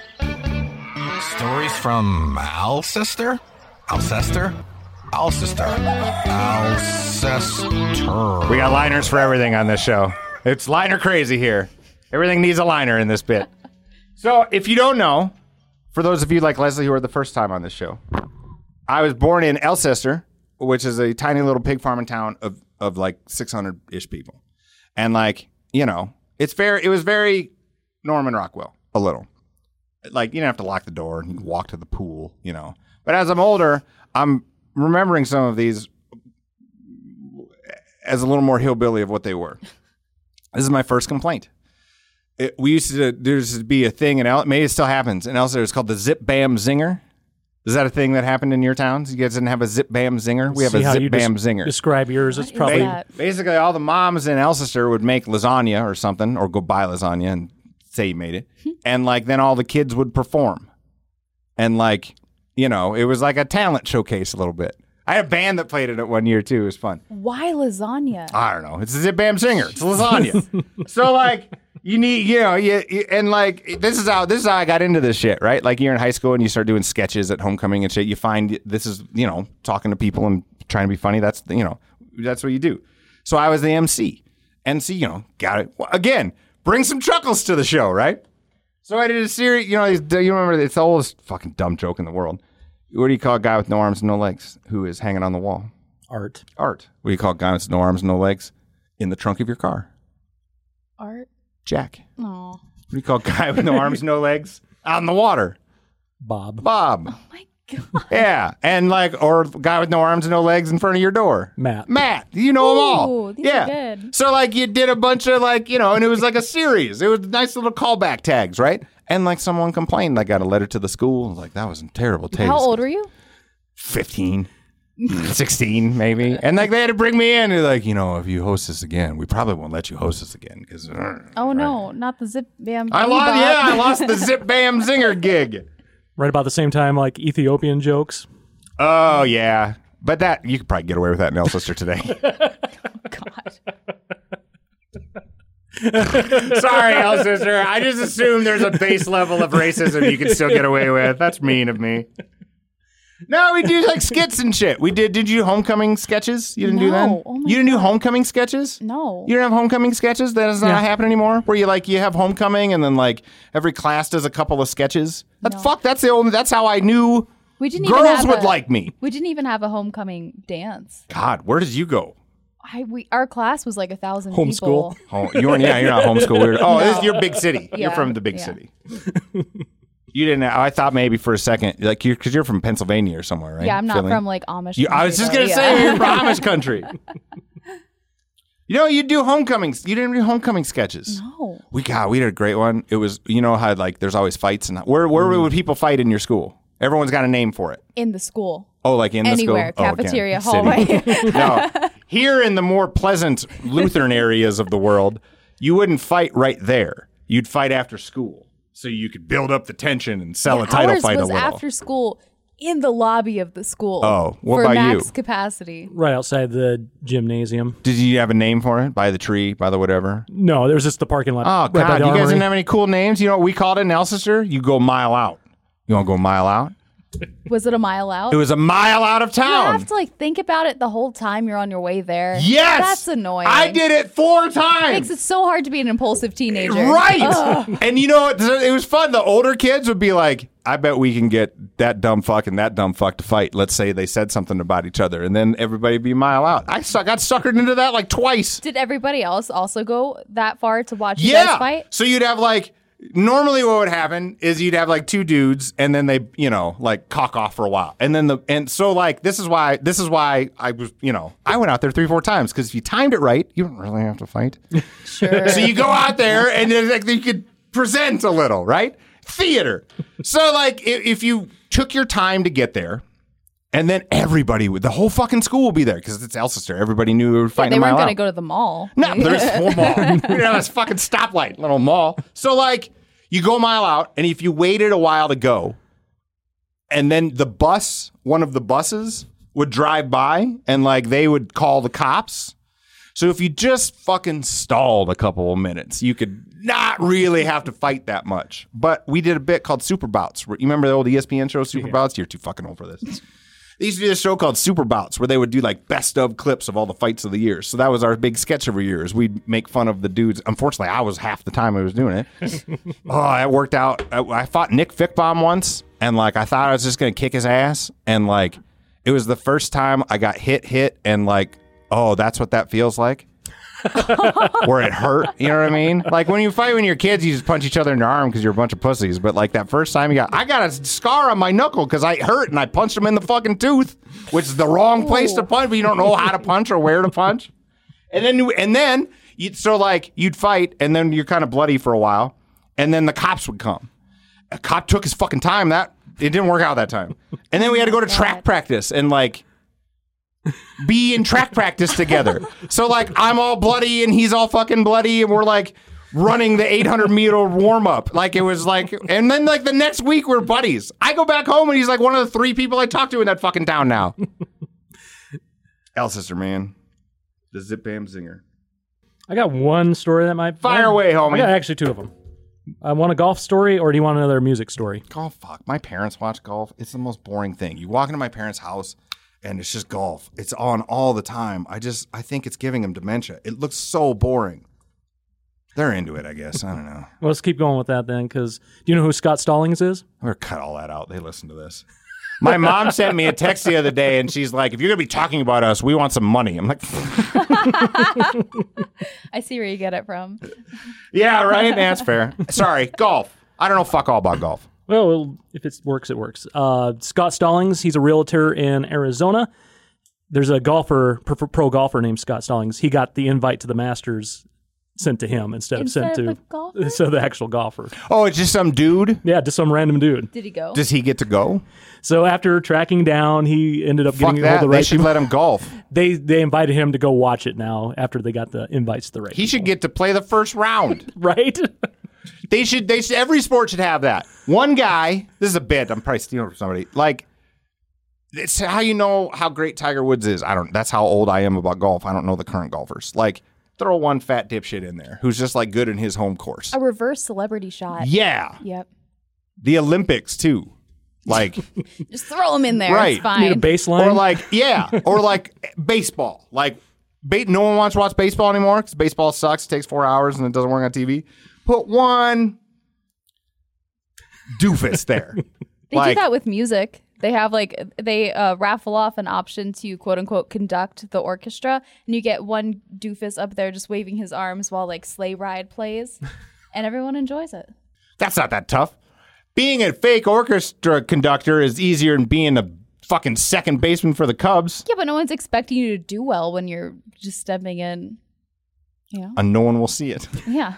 Stories from Alcester? Alcester? Alcester. Alcester.
We got liners for everything on this show. It's liner crazy here. Everything needs a liner in this bit. So, if you don't know, for those of you like Leslie who are the first time on this show, I was born in Elcester, which is a tiny little pig farming town of, of like 600 ish people. And, like, you know, it's very, it was very Norman Rockwell, a little like you didn't have to lock the door and you could walk to the pool, you know. But as I'm older, I'm remembering some of these as a little more hillbilly of what they were. This is my first complaint. It, we used to there used to be a thing, and El, maybe it still happens. And Elsa, it's called the Zip Bam Zinger. Is that a thing that happened in your towns? You guys didn't have a Zip Bam Zinger. We have
See
a
how you
Zip Bam
des-
Zinger.
Describe yours. It's
is
probably
that?
Ba- basically all the moms in Elcester would make lasagna or something, or go buy lasagna and say you made it, and like then all the kids would perform, and like you know it was like a talent showcase a little bit. I had a band that played in it one year too. It was fun.
Why lasagna?
I don't know. It's a zip bam singer. It's lasagna. so like you need you know you, you- and like this is how this is how I got into this shit right. Like you're in high school and you start doing sketches at homecoming and shit. You find this is you know talking to people and trying to be funny. That's you know that's what you do. So I was the MC, and see you know got it again. Bring some chuckles to the show, right? So I did a series. You know, these- you remember it's the oldest fucking dumb joke in the world. What do you call a guy with no arms, and no legs who is hanging on the wall?
art.
art. What do you call it? guy with no arms, no legs? In the trunk of your car.
Art.
Jack. What
Oh.
do you call a guy with no arms, no legs? Out in the water.
Bob.
Bob.
My God.
Yeah. And like, or guy with no arms, no legs in front of your door.
Matt.
Matt. You know them all.
Ooh, these are
yeah.
good.
So like you did a bunch of like, you know, and it was like a series. It was nice little callback tags, right? And like someone complained, I got a letter to the school. Like that was in terrible taste.
How old were you?
15 16 maybe and like they had to bring me in and like you know if you host this again we probably won't let you host this again because
Oh no, not the zip bam.
i lost yeah i lost the zip bam zinger gig
Right about the same time, like Ethiopian jokes.
oh yeah but that you could probably get away with that in Elcester today
God.
sorry Elcester i just assume there's a base level of racism you can still get away with that's mean of me no we do like skits and shit we did did you homecoming sketches you didn't do that
No. Oh, my
you didn't do homecoming sketches
No.
You don't have homecoming sketches? That does not happen anymore? Where you like you have homecoming and then like every class does a couple of sketches? That, Fuck, that's the only that's how I knew
we didn't even
girls
have
would
a,
like me.
We didn't even have a homecoming dance.
God, where did you go?
I we our class was like a thousand people.
Homeschool.
Oh, you weren't yeah, you're not homeschool weird. Oh, this is your big city. You're
Yeah,
from the big
yeah.
city. you didn't I thought maybe for a second, like you're because you're from Pennsylvania or somewhere, right?
Yeah, I'm not
Philly?
from like Amish.
You, I was just
country,
gonna
though.
say
Yeah.
you're from Amish country. You know, you do homecomings. You didn't do homecoming sketches.
No.
We got we did a great one. It was you know how like there's always fights and where where
Mm.
would people fight in your school? Everyone's got a name for it.
In the school.
Oh, like in
Anywhere,
the school, Oh, okay.
cafeteria,
City.
hallway.
no, here in the more pleasant Lutheran areas of the world, you wouldn't fight right there. You'd fight after school, so you could build up the tension and sell a title
Ours
fight
was
a little.
after school in the lobby of the school.
Oh, what
for
about
max
you?
capacity.
Right outside the gymnasium.
Did you have a name for it? By the tree, by the whatever.
No, there was just the parking lot.
Oh
right by
God,
the
you guys
armory.
didn't have any cool names. You know what we called it in Elcester? You go mile out. You want to go mile out?
Was it a mile out?
It was a mile out of
You
town.
have to like think about it the whole time you're on your way there.
Yes,
that's annoying.
I did it four
Makes
times.
it so hard to be an impulsive teenager.
Right,
Ugh.
and you know what? It was fun. The older kids would be like, "I bet we can get that dumb fuck and that dumb fuck to fight." Let's say they said something about each other, and then everybody would be mile out. I su- got suckered into that like twice.
Did everybody else also go that far to watch you guys
Yeah.
fight?
So you'd have like normally what would happen is you'd have like two dudes and then they you know like cock off for a while and then the and so like this is why this is why i was you know i went out there three four times because if you timed it right you don't really have to fight
Sure.
so you go out there and then like, you could present a little, right? Theater. So like i- if, you took your time to get there, and then everybody would, the whole fucking school will be there because it's Elsister. Everybody knew we were fighting.
they
a mile
weren't going to
out.
go to the mall.
No, there's a whole mall. We didn't have this fucking stoplight, little mall. So like, you go a mile out, and if you waited a while to go, and then the bus, one of the buses would drive by, and like they would call the cops. So if you just fucking stalled a couple of minutes, you could not really have to fight that much. But we did a bit called Super Bouts. You remember the old E ESPN show Super Bouts? You're too fucking old for this. They used to do this show called Super Bouts where they would do like best of clips of all the fights of the year. So that was our big sketch every year. Is we'd make fun of the dudes. Unfortunately, I was half the time I was doing it. oh, that worked out. I, I fought Nick Fickbaum once, and like I thought I was just gonna kick his ass, and like it was the first time I got hit, hit, and like, oh, that's what that feels like. where it hurt, you know what I mean? Like when you fight when you're kids, you just punch each other in the arm because you're a bunch of pussies. But like that first time, you got I got a scar on my knuckle because I hurt and I punched him in the fucking tooth, which is the wrong place to punch. But you don't know how to punch or where to punch. And then, you- and then, you'd, so like you'd fight, and then you're kind of bloody for a while, and then the cops would come. A cop took his fucking time. That it didn't work out that time. And then we had to go to track practice and like be in track practice together. so like I'm all bloody and he's all fucking bloody, and we're like running the 800 meter warm up. Like it was like, and then like the next week we're buddies. I go back home and he's like one of the three people I talk to in that fucking town now. El sister man, the zip bam zinger.
I got one story that might
Fire away, homie.
I got actually two of them. I want a golf story, or do you want another music story?
golf fuck my parents watch golf it's the most boring thing you walk into my parents house and it's just golf it's on all the time i just i think it's giving them dementia it looks so boring they're into it i guess i don't know
Well, let's keep going with that then, because do you know who Scott Stallings is?
i'm gonna cut all that out they listen to this my mom sent me a text the other day and she's like if you're gonna be talking about us we want some money i'm like
I see where you get it from.
yeah right that's fair sorry golf i don't know fuck all about golf
Well, it'll- if it works, it works. Uh, Scott Stallings, he's a realtor in Arizona. There's a golfer, pro, pro golfer named Scott Stallings. He got the invite to the Masters sent to him instead, of
Instead
sent
of
to
the golfer?
so the actual golfer.
oh it's just some dude
Yeah, just some random dude.
Did he go?
does he get to go
So after tracking down, he ended up
fuck
getting all
that
the
they
right
should
people.
let him golf
They they invited him to go watch it now after they got the invites to the right.
he should get to play the first round
people, right.
They should. They should. Every sport should have that. One guy. This is a bit. I'm probably stealing from somebody. Like, it's how you know how great Tiger Woods is. I don't. That's how old I am about golf. I don't know the current golfers. Like, throw one fat dipshit in there who's just like good in his home course.
a reverse celebrity shot.
Yeah,
Yep.
the Olympics too. Like,
Just throw him in there.
Right.
It's fine.
Need a baseline.
or like, yeah, or like baseball. Like, ba- no one wants to watch baseball anymore because baseball sucks. It takes four hours and it doesn't work on TV. Put one doofus there.
They
Like-
do that with music. They have like they uh, raffle off an option to quote unquote conduct the orchestra, and you get one doofus up there just waving his arms while like sleigh ride plays, and everyone enjoys it.
That's not that tough. Being a fake orchestra conductor is easier than being a fucking second baseman for the Cubs.
Yeah, but no one's expecting you to do well when you're just stepping in. You know?
And no one will see it.
Yeah.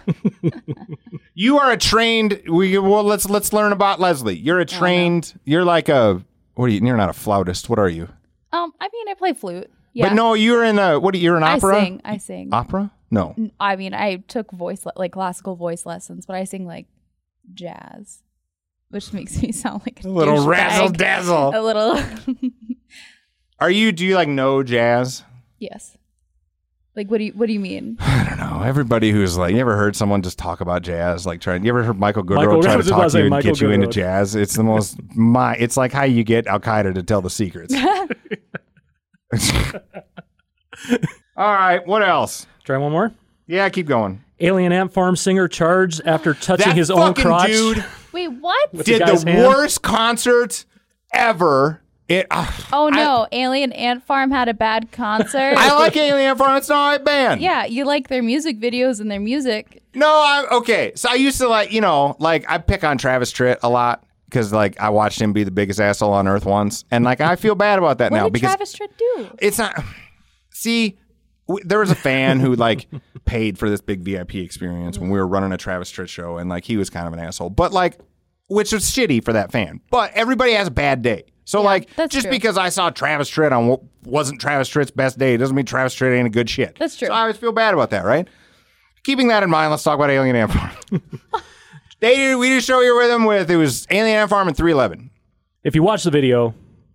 You are a trained. We, well, let's let's learn about Leslie. You're a trained. You're like a. What are you? You're not a flautist. What are you?
Um, I mean, I play flute. Yeah.
But no, you're in a. What? Are, you- you're an
I
opera. Ah.
sing. I sing.
Opera? No.
I mean, I took voice le- like classical voice lessons, but I sing like jazz, which makes me sound like
A
a,
little
douchebag.
razzle dazzle.
A little,
Are you? Do you like know jazz?
yes. Like, what do you what do you mean?
I don't know. Everybody who's like, you ever heard someone just talk about jazz? Like trying, you ever heard Michael Goodrow
Michael- I
try to
was about
talk
to
to
say
you and
Michael
get you into
Goodrow.
jazz? It's the most my. It's like how you get Al Qaeda to tell the secrets. All right, what else?
Try one more.
Yeah, keep going.
Alien Ant Farm singer charged after touching
That
his own
fucking
crotch.
dude
Wait, what?
the
did the,
guy's hand.
worst concert ever It. ah,
Oh no, Alien Ant Farm had a bad concert.
I like Alien Farm. It's not a band.
yeah, you like their music videos and their music.
No, I okay. So I used to like, you know, like I pick on Travis Tritt a lot because like I watched him be the biggest asshole on earth once, and like I feel bad about that
What
now
did
because
Travis Tritt do?
it's not. See, w- there was a fan who like paid for this big VIP experience when we were running a Travis Tritt show, and like he was kind of an asshole, but like, which was shitty for that fan. But everybody has a bad day. So like,
that's
just
true.
because I saw Travis Tritt on what wasn't Travis Tritt's best day doesn't mean Travis Tritt ain't a good shit.
That's true.
So I always feel bad about that, right? Keeping that in mind, let's talk about Alien Ant Farm. they we did a show here with him with it was Alien Ant Farm and 311.
If you watch the video,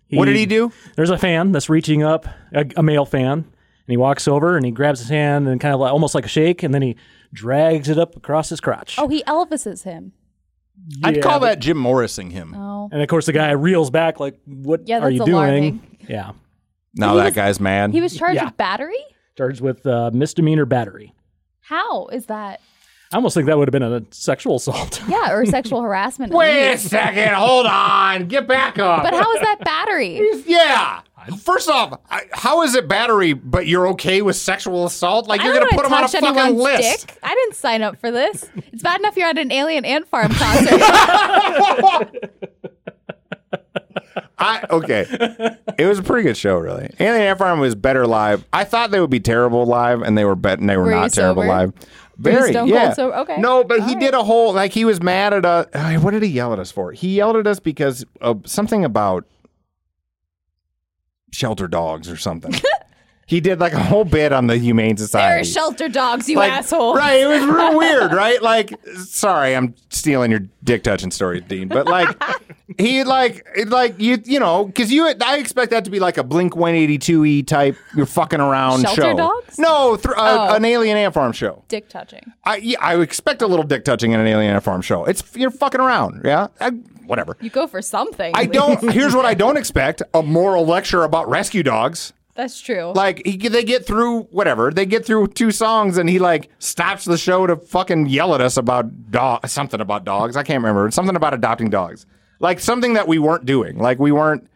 What did he do?
There's a fan that's reaching up, a, a male fan, and he walks over and he grabs his hand and kind of like, almost like a shake, and then he drags it up across his crotch.
Oh, he Elvises him.
I'd
Yeah,
call
but-
that Jim Morrising him.
Oh.
And of course, the guy reels back like, "What
Yeah,
are
that's
you doing?"
alarming.
Yeah,
Now that guy's mad.
He was charged
Yeah.
with battery?
charged with uh, misdemeanor battery.
How is that?
I almost think that would have been a sexual assault.
Yeah, or sexual harassment. at
Wait a
least.
second. Hold on. Get back up.
But how is that battery?
yeah. First off, I, how is it battery, but you're okay with sexual assault? Like,
I
you're going
don't
to
wanna
put them on a
touch
fucking
anyone's
list.
dick. I didn't sign up for this. It's bad enough you're at an Alien Ant Farm concert.
I, okay. It was a pretty good show, really. Alien Ant Farm was better live. I thought they would be terrible live, and they were bet- and they were,
Were you
not terrible
sober?
live.
you
Very,
stone cold
yeah.
sober? Okay.
No, but
All
he
right.
did a whole like he was mad at us. Uh, what did he yell at us for? He yelled at us because of something about shelter dogs or something. he did like a whole bit on the Humane Society.
there are shelter dogs, you
Like,
asshole.
Right, it was real weird, right? Like, sorry, I'm stealing your dick touching story, Dean, but like, he like, it like you, you know, because you, I expect that to be like a Blink 182e type, you're fucking around
Shelter
show.
dogs?
No, thr- uh,
Oh.
an Alien Ant Farm show.
Dick touching.
I, yeah, I expect a little dick touching in an Alien Ant Farm show. It's you're fucking around, yeah. I, whatever.
You go for something.
I
at
don't.
least.
Here's what I don't expect: a moral lecture about rescue dogs.
That's true.
Like he, they get through whatever they get through two songs, and he like stops the show to fucking yell at us about dog something about dogs. I can't remember It's something about adopting dogs, like something that we weren't doing. Like we weren't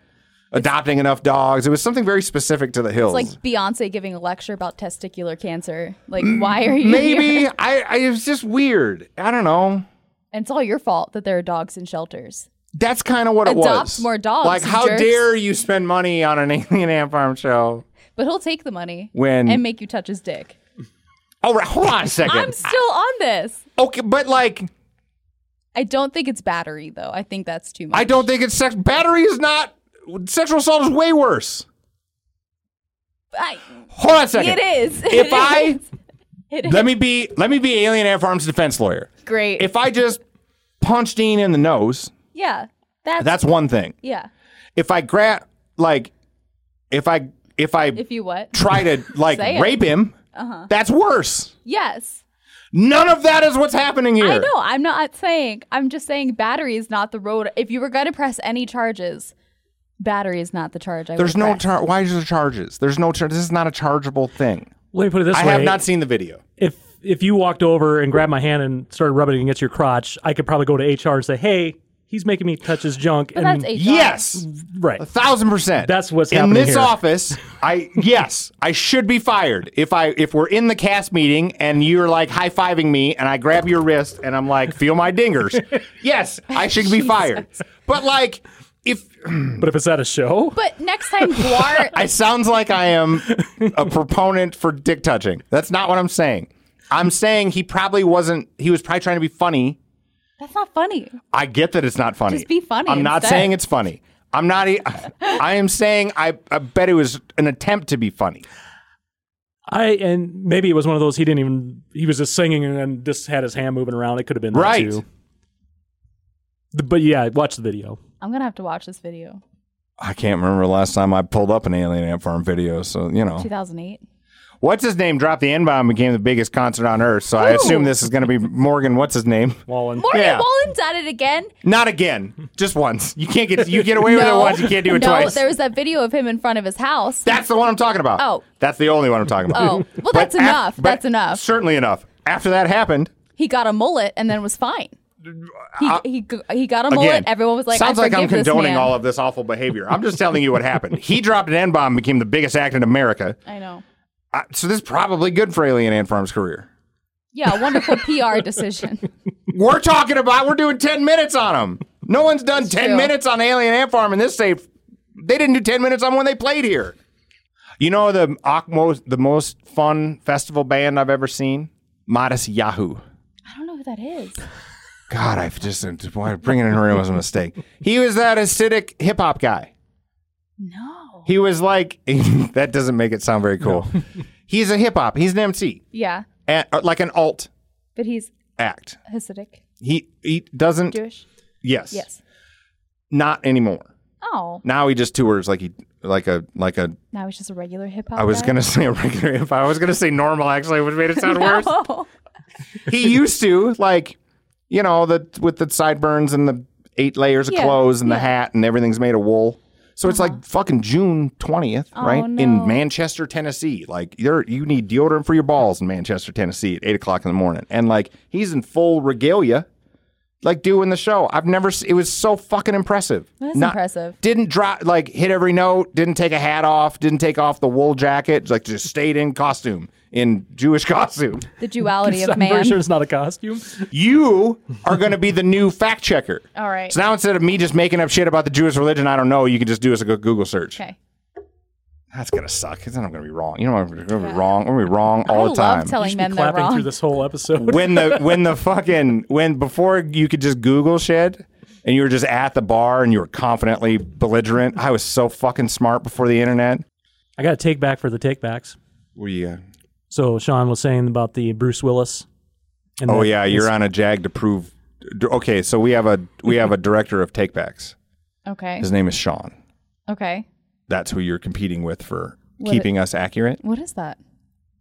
adopting enough dogs. It was something very specific to the hills.
It's like Beyonce giving a lecture about testicular cancer. Like, why are you here?
maybe I, I. It was just weird. I don't know.
And it's all your fault that there are dogs in shelters.
That's kind of what it was.
Adopt more dogs,
Like
you
how
jerks.
dare you spend money on an alien ant farm show?
But he'll take the money
When-
and make you touch his dick.
Oh, right, hold on a 2nd
I'm still on this.
okay, but like.
I don't think it's battery though. I think that's too much.
I don't think it's sex. Battery is not. Sexual assault is way worse.
I,
Hold on a second.
it is.
If I
It
let me be let me be Alien Ant Farm's defense lawyer.
great.
If I just punch Dean in the nose,
yeah, that's,
that's one thing.
yeah.
If I grab like, if I if I
If you what?
try to like
Say it. Uh-huh.
rape him, that's worse.
Yes.
None of that is what's happening here.
I know. I'm not saying. I'm just saying battery is not the road. If you were going to press any charges, battery is not the charge. I
There's
would
no
press.
char- why is there charges? There's no charge. This is not a chargeable thing.
Let me put it this
I
way:
have not seen the video.
if if you walked over and grabbed my hand and started rubbing it against your crotch, I could probably go to HR and say, "Hey, he's making me touch his junk."
But
and
that's eight.
Yes.
right.
A thousand percent.
That's what's
in
happening
this
here.
office. I yes, I should be fired if I if we're in the cast meeting and you're like high fiving me and I grab your wrist and I'm like feel my dingers. yes, I should be fired. But like if
But if it's at a show,
But next time, Guar.
it sounds like I am a proponent for dick touching. That's not what I'm saying. I'm saying he probably wasn't. He was probably trying to be funny.
that's not funny.
I get that it's not funny.
Just be funny
I'm not
instead.
saying it's funny. I'm not. e- I am saying I, I bet it was an attempt to be funny.
I and maybe it was one of those he didn't even he was just singing and then just had his hand moving around. It could have been that
Right.
too. Th- But yeah, watch the video.
I'm gonna have to watch this video.
I can't remember the last time I pulled up an Alien Ant Farm video, so you know.
2008.
What's his name dropped the N bomb became the biggest concert on earth, so I
Ooh.
assume this is going to be Morgan. What's his name?
Wallen.
Morgan
Yeah.
Wallen's at it again.
Not again, just once. You can't get you get away with it
No.
once. You can't do it
no,
twice.
there was that video of him in front of his house.
That's the one I'm talking about.
Oh.
that's the only one I'm talking about.
Oh. Well,
But
that's
af-
enough.
but
That's enough.
Certainly enough. After that happened,
he got a mullet and then was fine. He, he, g- he got a mullet.
Uh, Again,
Everyone was like,
sounds
I
like I'm
forgive this
condoning
man.
all of this awful behavior. I'm just telling you what happened. He dropped an N bomb and became the biggest act in America.
I know.
I, so this is probably good for Alien Ant Farm's career.
Yeah, wonderful PR decision.
We're talking about we're doing 10 minutes on them. No one's done 10
true.
minutes on Alien Ant Farm in this safe. They didn't do 10 minutes on when they played here. You know the oc- most the most fun festival band I've ever seen? Modest Yahoo.
I don't know who that is.
God, I've just why- bringing in her was a mistake. He was that acidic hip hop guy.
No.
He was like that doesn't make it sound very cool. he's a hip hop. He's an MC,
Yeah,
and, uh, like an alt
but he's
act.
Hasidic,
He he doesn't.
Jewish.
Yes,
Yes.
Not anymore.
Oh,
Now he just tours like he like a like a.
now he's just a regular hip hop.
I was gonna say a regular. If I was gonna say normal, actually, which made it sound worse.
Oh,
He used to like, you know, the with the sideburns and the eight layers of
Yeah,
clothes and the
yeah. Uh-huh.
hat and everything's made of wool. So it's like fucking June twentieth, right?
Oh, no.
In Manchester, Tennessee. Like you're you need deodorant for your balls in Manchester, Tennessee at eight o'clock in the morning. And like he's in full regalia, like doing the show. I've never se- it was so fucking impressive.
That's impressive.
Didn't drop like hit every note, didn't take a hat off, didn't take off the wool jacket, like just stayed in costume, in Jewish costume.
the duality of
I'm
man.
pretty sure it's not a costume.
You are going to be the new fact checker.
All right.
So now instead of me just making up shit about the Jewish religion, I don't know, you can just do us a good Google search.
Okay.
That's going to suck. 'cause Then I'm going to be wrong. You know, I'm going to be wrong. I'm going to be wrong all
I
the
love
time.
telling
Should be
men they're
clapping
wrong.
through this whole episode.
when the when the fucking when before you could just Google shit and you were just at the bar and you were confidently belligerent. I was so fucking smart before the internet.
I got a take back for the take backs.
We. Uh,
So Sean was saying about the Bruce Willis. And
oh
the-
yeah, you're on a jag to prove. d- Okay, so we have a we have a director of takebacks.
okay.
His name is Sean.
Okay.
That's who you're competing with for
What it-
keeping us accurate.
What is that?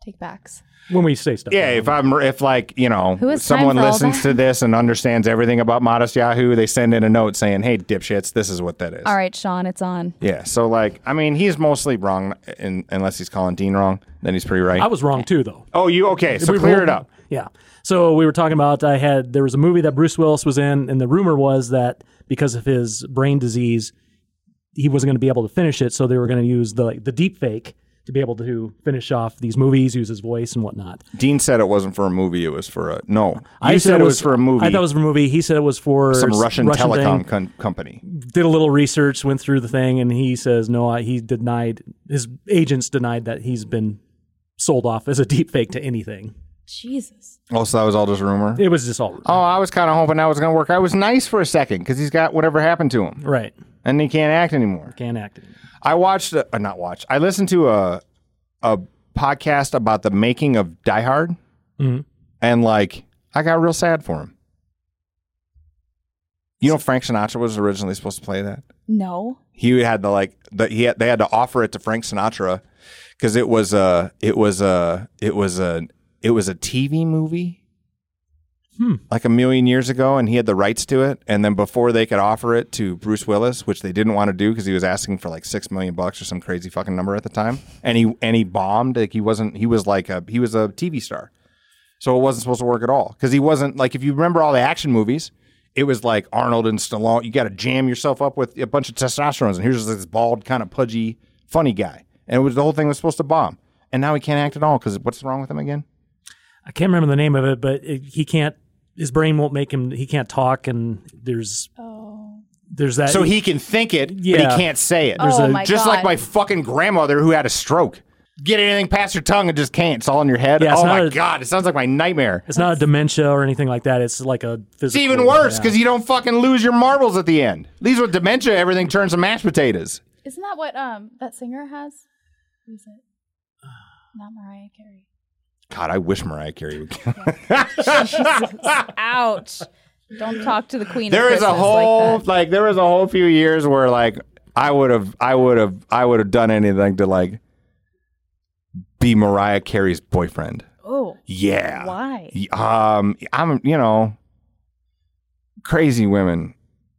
Take backs.
When we say stuff.
Yeah, if I'm if like you know
Who has time
someone
for all
listens
that?
to this and understands everything about Modest Yahoo, they send in a note saying, "Hey, dipshits, this is what that is."
All right, Sean, it's on.
Yeah, so like I mean, he's mostly wrong, in, unless he's calling Dean wrong, then he's pretty right.
I was wrong too, though.
oh, you okay? So
We
clear
rolled-
it up.
Yeah. So we were talking about I had there was a movie that Bruce Willis was in, and the rumor was that because of his brain disease, he wasn't going to be able to finish it. So they were going to use the the deep fake to be able to finish off these movies, use his voice and whatnot.
Dean said it wasn't for a movie; it was for a no. You
I
said, it was for a movie.
I thought it was for a movie. He said it was for
some
s-
Russian,
thing.
telecom con- company.
did a little research, went through the thing, and he says no. I, he denied his agents denied that he's been sold off as a deep fake to anything.
Jesus.
Also, that was all just rumor.
It was just all
Oh, I was kind of hoping that was going to work. I was nice for a second because he's got whatever happened to him,
right.
and he can't act anymore.
Can't act. Anymore.
I watched, a, uh, not watched. I listened to a a podcast about the making of Die Hard, and like I got real sad for him. You know, Frank Sinatra was originally supposed to play that.
No.
He had the like the, he had, they had to offer it to Frank Sinatra because it was a it was a it was a it was a TV movie. Like a million years ago, and he had the rights to it. And then before they could offer it to Bruce Willis, which they didn't want to do because he was asking for like six million bucks or some crazy fucking number at the time, and he and he bombed. Like he wasn't. He was like a he was a TV star, so it wasn't supposed to work at all because he wasn't like if you remember all the action movies, it was like Arnold and Stallone. You got to jam yourself up with a bunch of testosterone, and here's this bald, kind of pudgy, funny guy. And it was the whole thing was supposed to bomb, and now he can't act at all because what's wrong with him again?
I can't remember the name of it, but it, he can't. His brain won't make him. He can't talk, and there's there's that.
So he can think it, but
Yeah.
he can't say it.
Oh a- my
just like
God.
my fucking grandmother who had a stroke. Get anything past your tongue and just can't. It's all in your head.
Yeah, it's
oh
not
my
a-
god, it sounds like my nightmare.
It's not a dementia or anything like that. It's like a
It's
physical.
even worse
yeah.
because you don't fucking lose your marbles at the end. At least with dementia, everything turns to mashed potatoes.
Isn't that what um that singer has? Who is it? Not Mariah Carey.
God, I wish Mariah Carey would.
Ouch. Don't talk to the queen.
there
of
is a
Christmas
whole
Like
like, there was a whole few years where like I would have I would have I would have done anything to like be Mariah Carey's boyfriend.
oh,
Yeah.
why?
Y- Um, I'm you know, crazy women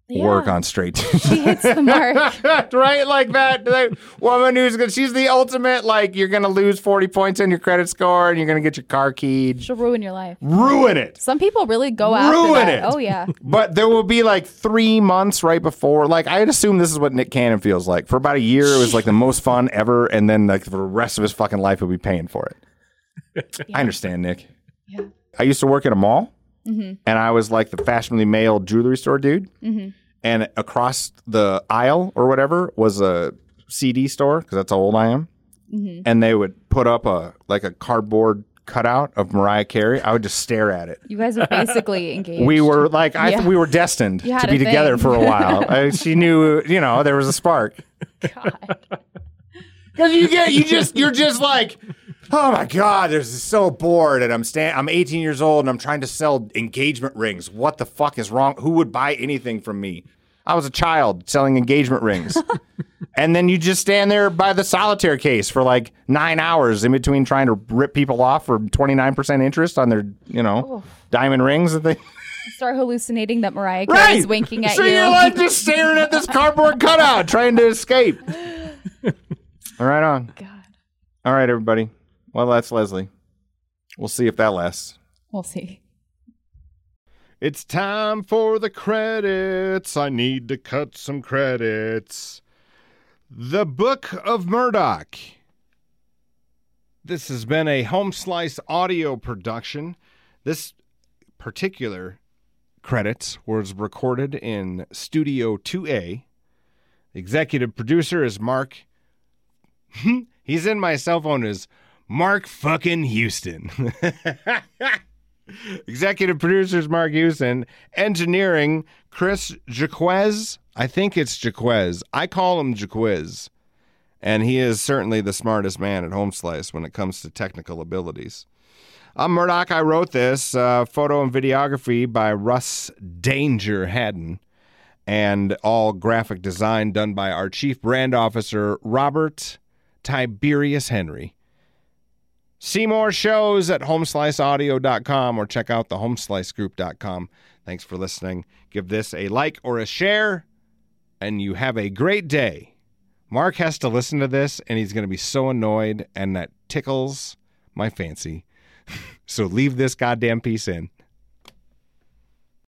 work on straight
She hits the mark.
right like that, that woman who's gonna, she's the ultimate like you're gonna lose 40 points in your credit score and you're gonna get your car keyed
She'll ruin your life.
ruin it
Some people really go after
Ruin it.
that. Oh yeah.
but there will be like three months right before like i'd assume this is what nick cannon feels like for about a year it was like the most fun ever and then like for the rest of his fucking life he'll be paying for it i understand nick
Yeah.
i used to work at a mall and i was like the fashionably male jewelry store dude and across the aisle or whatever was a cd store because that's how old i am and they would put up a like a cardboard cutout of mariah carey i would just stare at it
You guys are basically engaged.
we were like I
Yeah.
we were destined
You
to
had a
be
thing.
together for a while. I, she knew, you know, there was a spark.
God.
Because you get you just you're just like, oh my god, this is so bored, and I'm stand I'm 18 years old, and I'm trying to sell engagement rings. What the fuck is wrong? Who would buy anything from me? I was a child selling engagement rings. And then you just stand there by the solitaire case for like nine hours in between trying to rip people off for 29% interest on their, you know, diamond rings that they
Start hallucinating that Mariah Carey's winking at
so
you.
you're like just staring at this cardboard cutout, trying to escape. All right, on.
God.
All right, everybody. Well, that's Leslie. We'll see if that lasts.
We'll see.
It's time for the credits. I need to cut some credits. The Book of Murdoch. This has been a home slice audio production. This particular credits was recorded in Studio 2A. Executive producer is Mark. He's in my cell phone as Mark fucking Houston. Executive producers Mark Houston, engineering Chris Jaquez. I think it's Jaquez. I call him Jaquez. And he is certainly the smartest man at Home Slice when it comes to technical abilities. I'm Murdoch. I wrote this uh, photo and videography by Russ Danger Haddon, and all graphic design done by our chief brand officer, Robert Tiberius Henry. See more shows at homesliceaudio.com or check out the homeslicegroup.com. Thanks for listening. Give this a like or a share, and you have a great day. Mark has to listen to this, and he's going to be so annoyed, and that tickles my fancy. so leave this goddamn piece in.